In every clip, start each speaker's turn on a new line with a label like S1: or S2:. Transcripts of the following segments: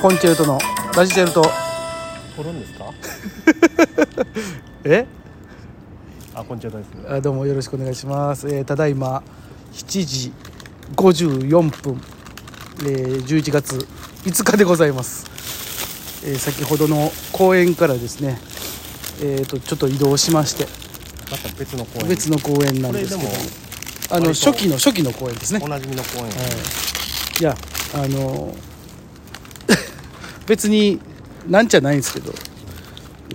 S1: コンチェルトのラジチェルト
S2: 撮るんですか
S1: え
S2: あこんにちはですね
S1: あどうもよろしくお願いします、えーただいま7時54分、えー11月5日でございます、えー先ほどの公園からですねえー、とちょっと移動しまして
S2: また別の公園
S1: 別の公園なん
S2: こ
S1: で
S2: れですも
S1: けどあの
S2: 割と
S1: 初期の初期の公園ですね
S2: おなじみの公園
S1: いやあの 別になんじゃないんですけど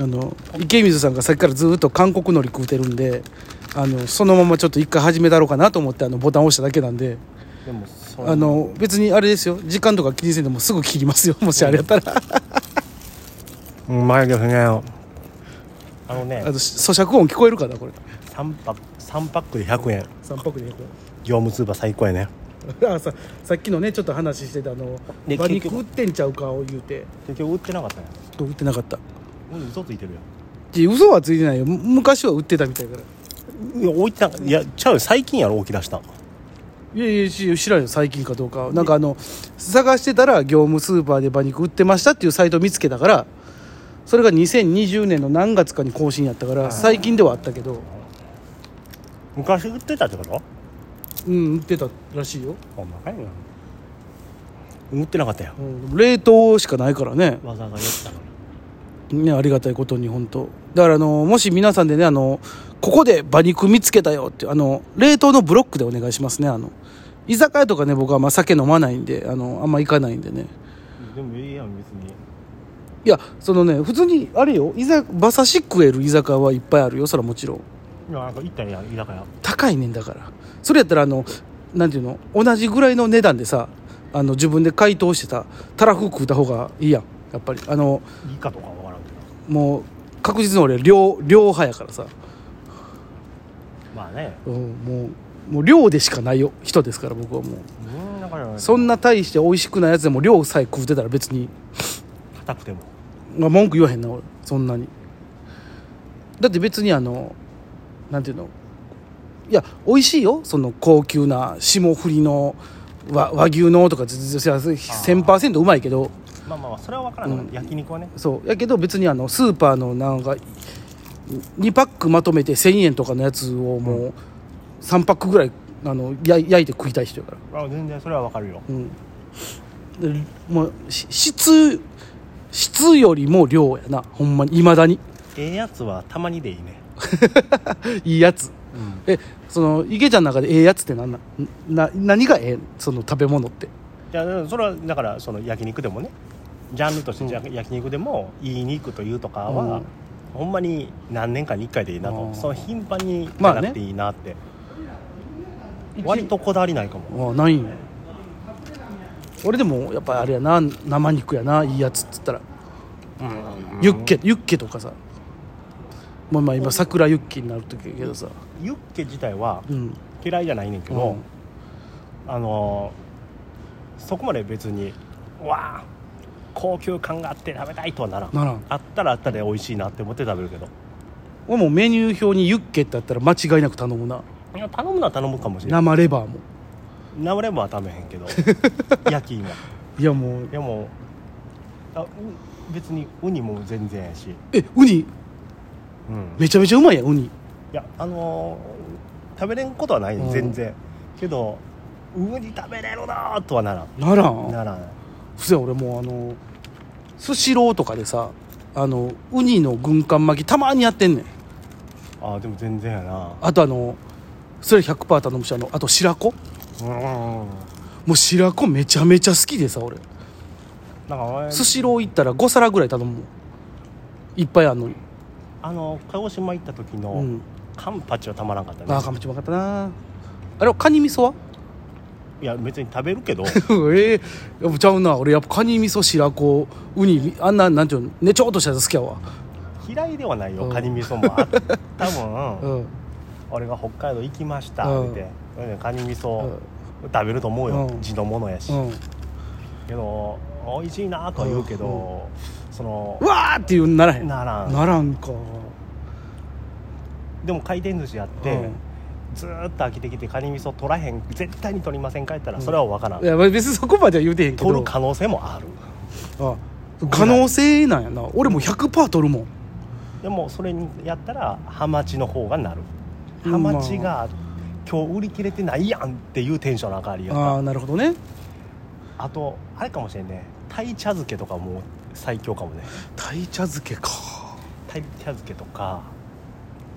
S1: あの池水さんがさっきからずっと韓国のり食うてるんであのそのままちょっと一回始めたろうかなと思ってあのボタン押しただけなんで
S2: でもそ
S1: あの別にあれですよ時間とか気にせんでもすぐ切りますよ もしあれやったら
S2: うまいですねあのね
S1: あの咀嚼音聞こえるかなこれ
S2: 三パック三パックで100円
S1: 3泊で
S2: 業務スーパー最高やね
S1: あささっきのねちょっと話してたあの
S2: で
S1: 馬
S2: 結
S1: 肉
S2: 局
S1: 売ってんちゃうかを言うて
S2: 結局売ってなかったね
S1: 売ってなかった
S2: 俺嘘ついてるよ
S1: いや嘘はついてないよむ昔は売ってたみたいから
S2: いや置いてなかいやちゃうよ最近やろ置き出したん
S1: いやいやし知らんよ最近かどうかなんかあの探してたら業務スーパーで馬肉売ってましたっていうサイトを見つけたからそれが2020年の何月かに更新やったから最近ではあったけど
S2: 昔売ってたってこと
S1: うん売ってたらしいよ、
S2: ほんまかいな売ってなかったよ
S1: うん、冷凍しかないからね
S2: わざわざ寄ったから
S1: ねありがたいことに本当だからあのもし皆さんでねあのここで馬肉見つけたよってあの冷凍のブロックでお願いしますねあの居酒屋とかね僕はまあ酒飲まないんであのあんま行かないんでね
S2: でもいいやん別に
S1: いやそのね普通にあれよ居酒馬刺し食える居酒屋はいっぱいあるよそれはもちろん
S2: いやなんか行ったらいいやん居酒屋
S1: 高いねんだからそれやったらあのなんていうの同じぐらいの値段でさあの自分で解凍してさたらふ食うた方がいいやんやっぱりあの
S2: いいかとかわからんけど
S1: もう確実の俺量量派やからさ、
S2: まあね
S1: うん、もうもう量でしかないよ人ですから僕はもう
S2: うんだから
S1: そんな大して美味しくないやつでも量さえ食うてたら別に
S2: 硬くても
S1: まあ、文句言わへんな俺そんなにだって別にあのなんていうのいや美味しいよその高級な霜降りの和和牛のとか全然1000%うまいけど
S2: まあまあまあそれは分からんから、
S1: うん
S2: 焼肉はね
S1: そうやけど別にあのスーパーのなんか2パックまとめて1000円とかのやつをもう3パックぐらいあのや焼いて食いたい人やから
S2: あ全然それは分かるよ
S1: うんでもうし質質よりも量やなほんまにいまだに
S2: ええやつはたまにでいいね、
S1: いいやつ
S2: うん、
S1: えその池ちゃんの中でええやつって何なんな何がええその食べ物って
S2: いやだからそれはだからその焼肉でもねジャンルとしてじゃ、焼肉でもいい肉というとか
S1: う
S2: は、
S1: ん
S2: ほんまに何年かに1回でいいな
S1: う
S2: と
S1: ん
S2: その頻繁にじ
S1: ま
S2: ゃ
S1: あね
S2: なくていいなって、割とこだわりないかも
S1: ああないんや俺でもやっぱあれやな生肉やないいやつっつったら、ユッケユッケとかさもうまあ今桜ユッケになる時やけどさ
S2: ユッケ自体は
S1: うん
S2: 嫌いじゃないねんけ
S1: う
S2: ど
S1: ん、
S2: あのーそこまで別にうわあ高級感があって食べたいとはならん
S1: ならん
S2: あったらあったで美味しいなって思って食べるけど
S1: 俺もメニュー表にユッケってあったら間違いなく頼むない
S2: や頼むのは頼むかもしれない
S1: 生レバーも
S2: 生レバーは食べへんけど 焼き芋
S1: いやもう
S2: でもあう別にウニも全然やし、
S1: えウニ
S2: うん、い
S1: めちゃめちゃうまいやんウニ
S2: やあのー食べれんことはない
S1: うん
S2: 全然けどウニ食べれるなーとはならん
S1: ならん
S2: ならん
S1: そや俺もうあのスシローとかでさあのウニの軍艦巻きたまにやってんねん
S2: あーでも全然やな
S1: あとあのそれ100%頼むしあのあと白子
S2: うん
S1: もう白子めちゃめちゃ好きでさ俺
S2: なんかお前
S1: スシロー行ったら5皿ぐらい頼むもんいっぱいあんのに
S2: あの鹿児島行った時の、
S1: うん
S2: カンパチはたまらんかったね
S1: ああかまちうまかったなあれはカニ味噌は
S2: いや別に食べるけど
S1: ええやっぱちゃうな俺やっぱカニ味噌白子ウニあんななんていうのねちょっとしたやつ好きやわ
S2: 嫌いではないよ、
S1: うん
S2: カニ味噌もあ多 分、
S1: うん、
S2: 俺が北海道行きました、
S1: うん
S2: ってそれでカニ味
S1: う
S2: 噌
S1: ん
S2: 食べると思うよ、
S1: うん
S2: 地のものやし、
S1: うん、
S2: けど美味しいなとは言うけど、その
S1: うわーって言うんならへん
S2: ならん
S1: ならんか
S2: でも回転寿司やって、
S1: うん
S2: ずーっと飽きてきてカニ味噌取らへん絶対に取りませんか言ったら、
S1: うん
S2: それは分からん、
S1: いや別にそこまでは言うてへんけど
S2: 取る可能性もある
S1: あ可能性なんやな俺も100%取るもん
S2: でもそれにやったらハマチの方がなる
S1: うん
S2: ハマチが今日売り切れてないやんっていうテンションの上がりや
S1: ああ
S2: っ
S1: ーなるほどね
S2: たあとあれかもしれんね鯛茶漬けとかも最強かもね
S1: 鯛茶漬けか
S2: 鯛茶漬けとか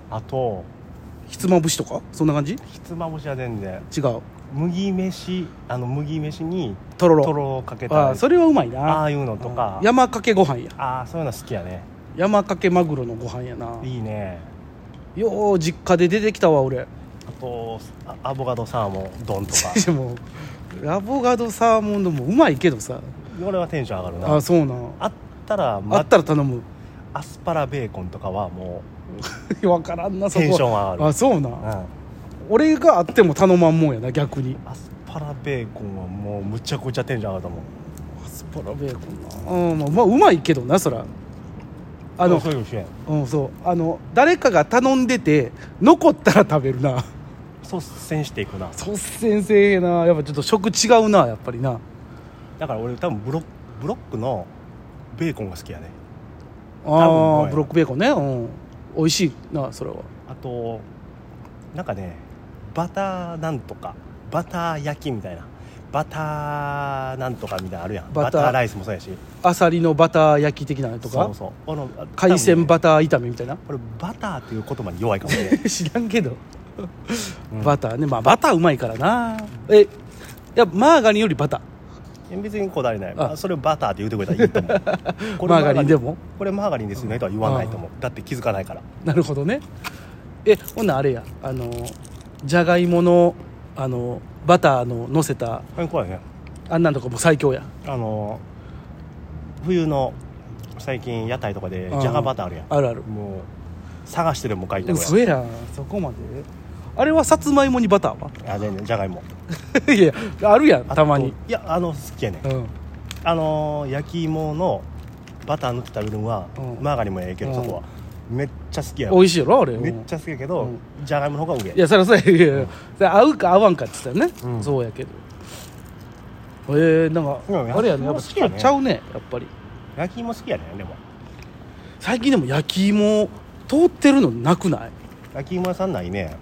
S2: あと
S1: ひつまぶしとかそんな感じ
S2: ひつまぶしは全然
S1: 違う
S2: 麦飯あの麦飯に
S1: とろろ
S2: とろをかけた
S1: あーそれはうまいな
S2: ああいうのとか
S1: うん山かけご飯や
S2: ああそういうの好きやね
S1: 山かけマグロのご飯やない
S2: いね
S1: よう実家で出てきたわ俺
S2: あとあアボカドサーモン丼と か
S1: でもアボガドサーモン丼もうまいけどさ
S2: これはテンション上がるな
S1: あ
S2: あ
S1: そうなん
S2: ったら、ま
S1: あったら頼む
S2: アスパラベーコンとかはも
S1: 分からんな
S2: う
S1: そこ
S2: テンション上が
S1: あ
S2: る
S1: そうな
S2: うんん
S1: 俺があっても頼まんもんやな逆に
S2: アスパラベーコンはもうむちゃくちゃテンション上がると思う
S1: アスパラベーコンなうんまあうまいけどなそらあの
S2: そういう主演
S1: うんそうあの誰かが頼んでて残ったら食べるな
S2: 率先していくな
S1: 率先生なやっぱちょっと食違うなやっぱりな
S2: だから俺多分ブロックブロックのベーコンが好きやね分う
S1: あ
S2: ま
S1: あ
S2: い
S1: ブロックベーコンねうん美味しいなそれは
S2: あとなんかねバターなんとかバター焼きみたいなバターなんとかみたいなのあるやん
S1: バ
S2: バ
S1: タ
S2: タ
S1: ー
S2: ーライスもそうやし
S1: あさりのバター焼き的なのとか
S2: そうそうこの
S1: 海鮮
S2: バ
S1: バター炒めみたいな
S2: これバターっていう言葉に弱いかも ね
S1: 知らんけど、
S2: うん
S1: バターねまあバターうまいからなえいやマーガリンよりバター
S2: 別にこだわりない
S1: あ
S2: それをバターって言うてくれたらいいと思 うこれ
S1: マーガリンでも
S2: これマーガリンですよねとは言わないと思うだって気づかないから
S1: なるほどねえほんならあれやあのじゃがいものあのバターののせた
S2: あれ怖いね
S1: あんなんとかも最強や
S2: あの冬の最近屋台とかで
S1: うん
S2: ジャガバターあるやん
S1: あるある
S2: もう探してでも書いて
S1: で
S2: る
S1: もそれやんそこまであれはさつまいもにバターは
S2: あ全然じゃがいも
S1: いやあるやん
S2: あと
S1: たまに
S2: いやあの好きやねん
S1: うん
S2: あのー焼き芋のバター塗って食べるのは、
S1: うん
S2: マーガリンもええけど、
S1: うん
S2: そこはめっちゃ好きや
S1: 美
S2: わ
S1: 味しいやろあれ
S2: めっちゃ好きやけど、
S1: う
S2: じゃがいもの方が上
S1: いやそりゃそうやいやいやそれ合うか合わんかって言ったよね、
S2: うん
S1: そうやけどえー、なん
S2: うん
S1: かあれやねやっぱ好
S2: 焼き
S1: き
S2: 芋好きやね
S1: ちゃうねやっぱり
S2: 焼き芋好きやねんでも
S1: 最近でも焼き芋通ってるのなくない
S2: 焼き芋屋さんないね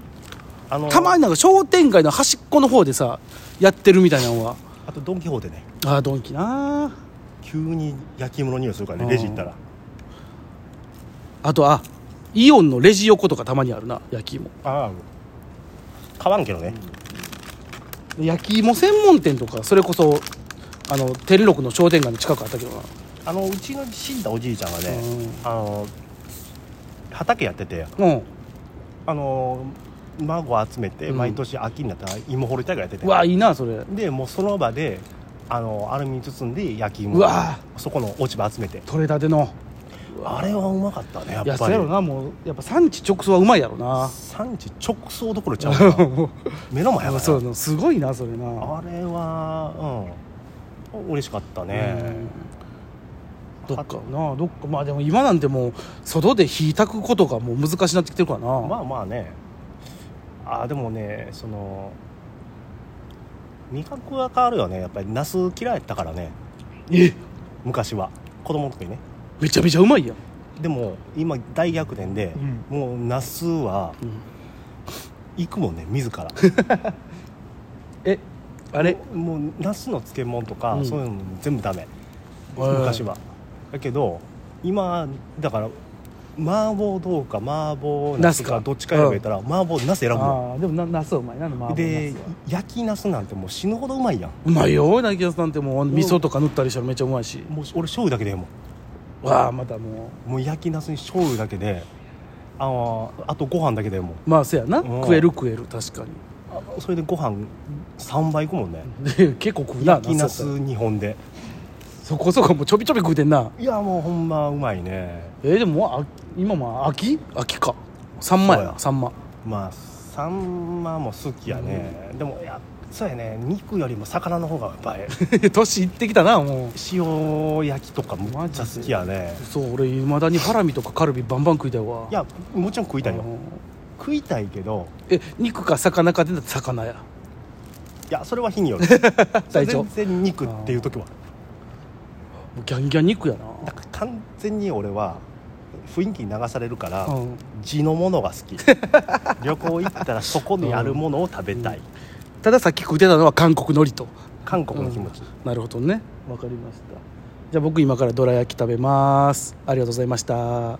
S2: あのー
S1: たまになんか商店街の端っこの方でさやってるみたいなのは
S2: あとドン・キホーテね
S1: ああドンキな
S2: 急に焼き芋の匂いするから
S1: うん
S2: ねレジ行ったら
S1: あとあイオンのレジ横とかたまにあるな焼き芋
S2: ああ買わんけどね、
S1: 焼き芋専門店とかそれこそあの天禄の商店街の近くあったけどな
S2: あのうちの死んだおじいちゃんがね、あの畑やってて
S1: うん、うん、
S2: あの孫集めて
S1: うん
S2: 毎年秋になったら芋掘り大会やってて、
S1: うわいいなそれ
S2: でもうその場であのアルミに包んで焼き
S1: う
S2: 芋
S1: わ
S2: そこの落ち葉集めて
S1: 取れたての
S2: あれはうまかったねやっ
S1: いや
S2: ぱ
S1: そう
S2: り
S1: やろなもうやっぱ産地直送はうまいやろな
S2: 産地直送どころちゃうな 目の前や
S1: あ
S2: か
S1: そう
S2: ら
S1: やなすごいなそれな
S2: あれはうん嬉しかったね
S1: うんどっかなどっかまあでも今なんてもう外で火炊くことがもう難しくなってきてるからな、
S2: まあまあねあでもねその味覚は変わるよねやっぱりナス嫌いやったからね
S1: え
S2: 昔は子供の時ね
S1: めちゃめちゃうまいやん、
S2: でも今大逆転で、もうナスは
S1: うん
S2: 行くもんね自ら
S1: えあれ
S2: もうナスの漬物とか、
S1: うん
S2: そういうのも全部ダメ
S1: へー
S2: 昔はだけど今だから麻婆豆腐か麻婆ナス
S1: ナスか
S2: かどっちか選べたら、麻婆ナス選ぶも
S1: ああでもなナスはうまいなまあ
S2: んで焼きナスなんてもう死ぬほどうまいやん
S1: うまいよなぎやさんってもう味噌とか塗ったりしたらめっちゃうまいし
S2: もう俺醤油だけでええも
S1: わあまたも
S2: んもう焼きナスに醤油だけであのあとご飯だけでええもん
S1: うまあせやな
S2: うん
S1: 食える食える確かに
S2: あそれでご飯3杯いくもんね
S1: で結構食うな
S2: 焼きナス
S1: そうやっ
S2: 2本で
S1: たらそこそこもうちょびちょび食うてんない
S2: やもうほんまうまいね
S1: えーでもあ今もう秋秋かサンマや
S2: そう
S1: な
S2: や
S1: サンマ
S2: まあサンマも好きやね、でもいやそうやね肉よりも魚の方がやっぱ り
S1: 年いってきたなも
S2: 塩焼きとかむっちゃ好きやね
S1: うそう俺いまだにハラミとかカルビバンバン食いたいわ
S2: いやもちろん食いたいよ
S1: うん
S2: 食いたいけど
S1: え肉か魚かってなったら魚や
S2: いやそれは日による
S1: 体調
S2: 全然肉っていう時は
S1: うギャンギャン肉やな
S2: だから完全に俺は雰囲気に流されるから、
S1: うん
S2: 地のものが好き旅行行ったらそこにあるものを食べたい、
S1: たださっき食ってたのは韓国海苔と
S2: 韓国の気持ち、
S1: なるほどねわかりましたじゃあ僕今からどら焼き食べますありがとうございました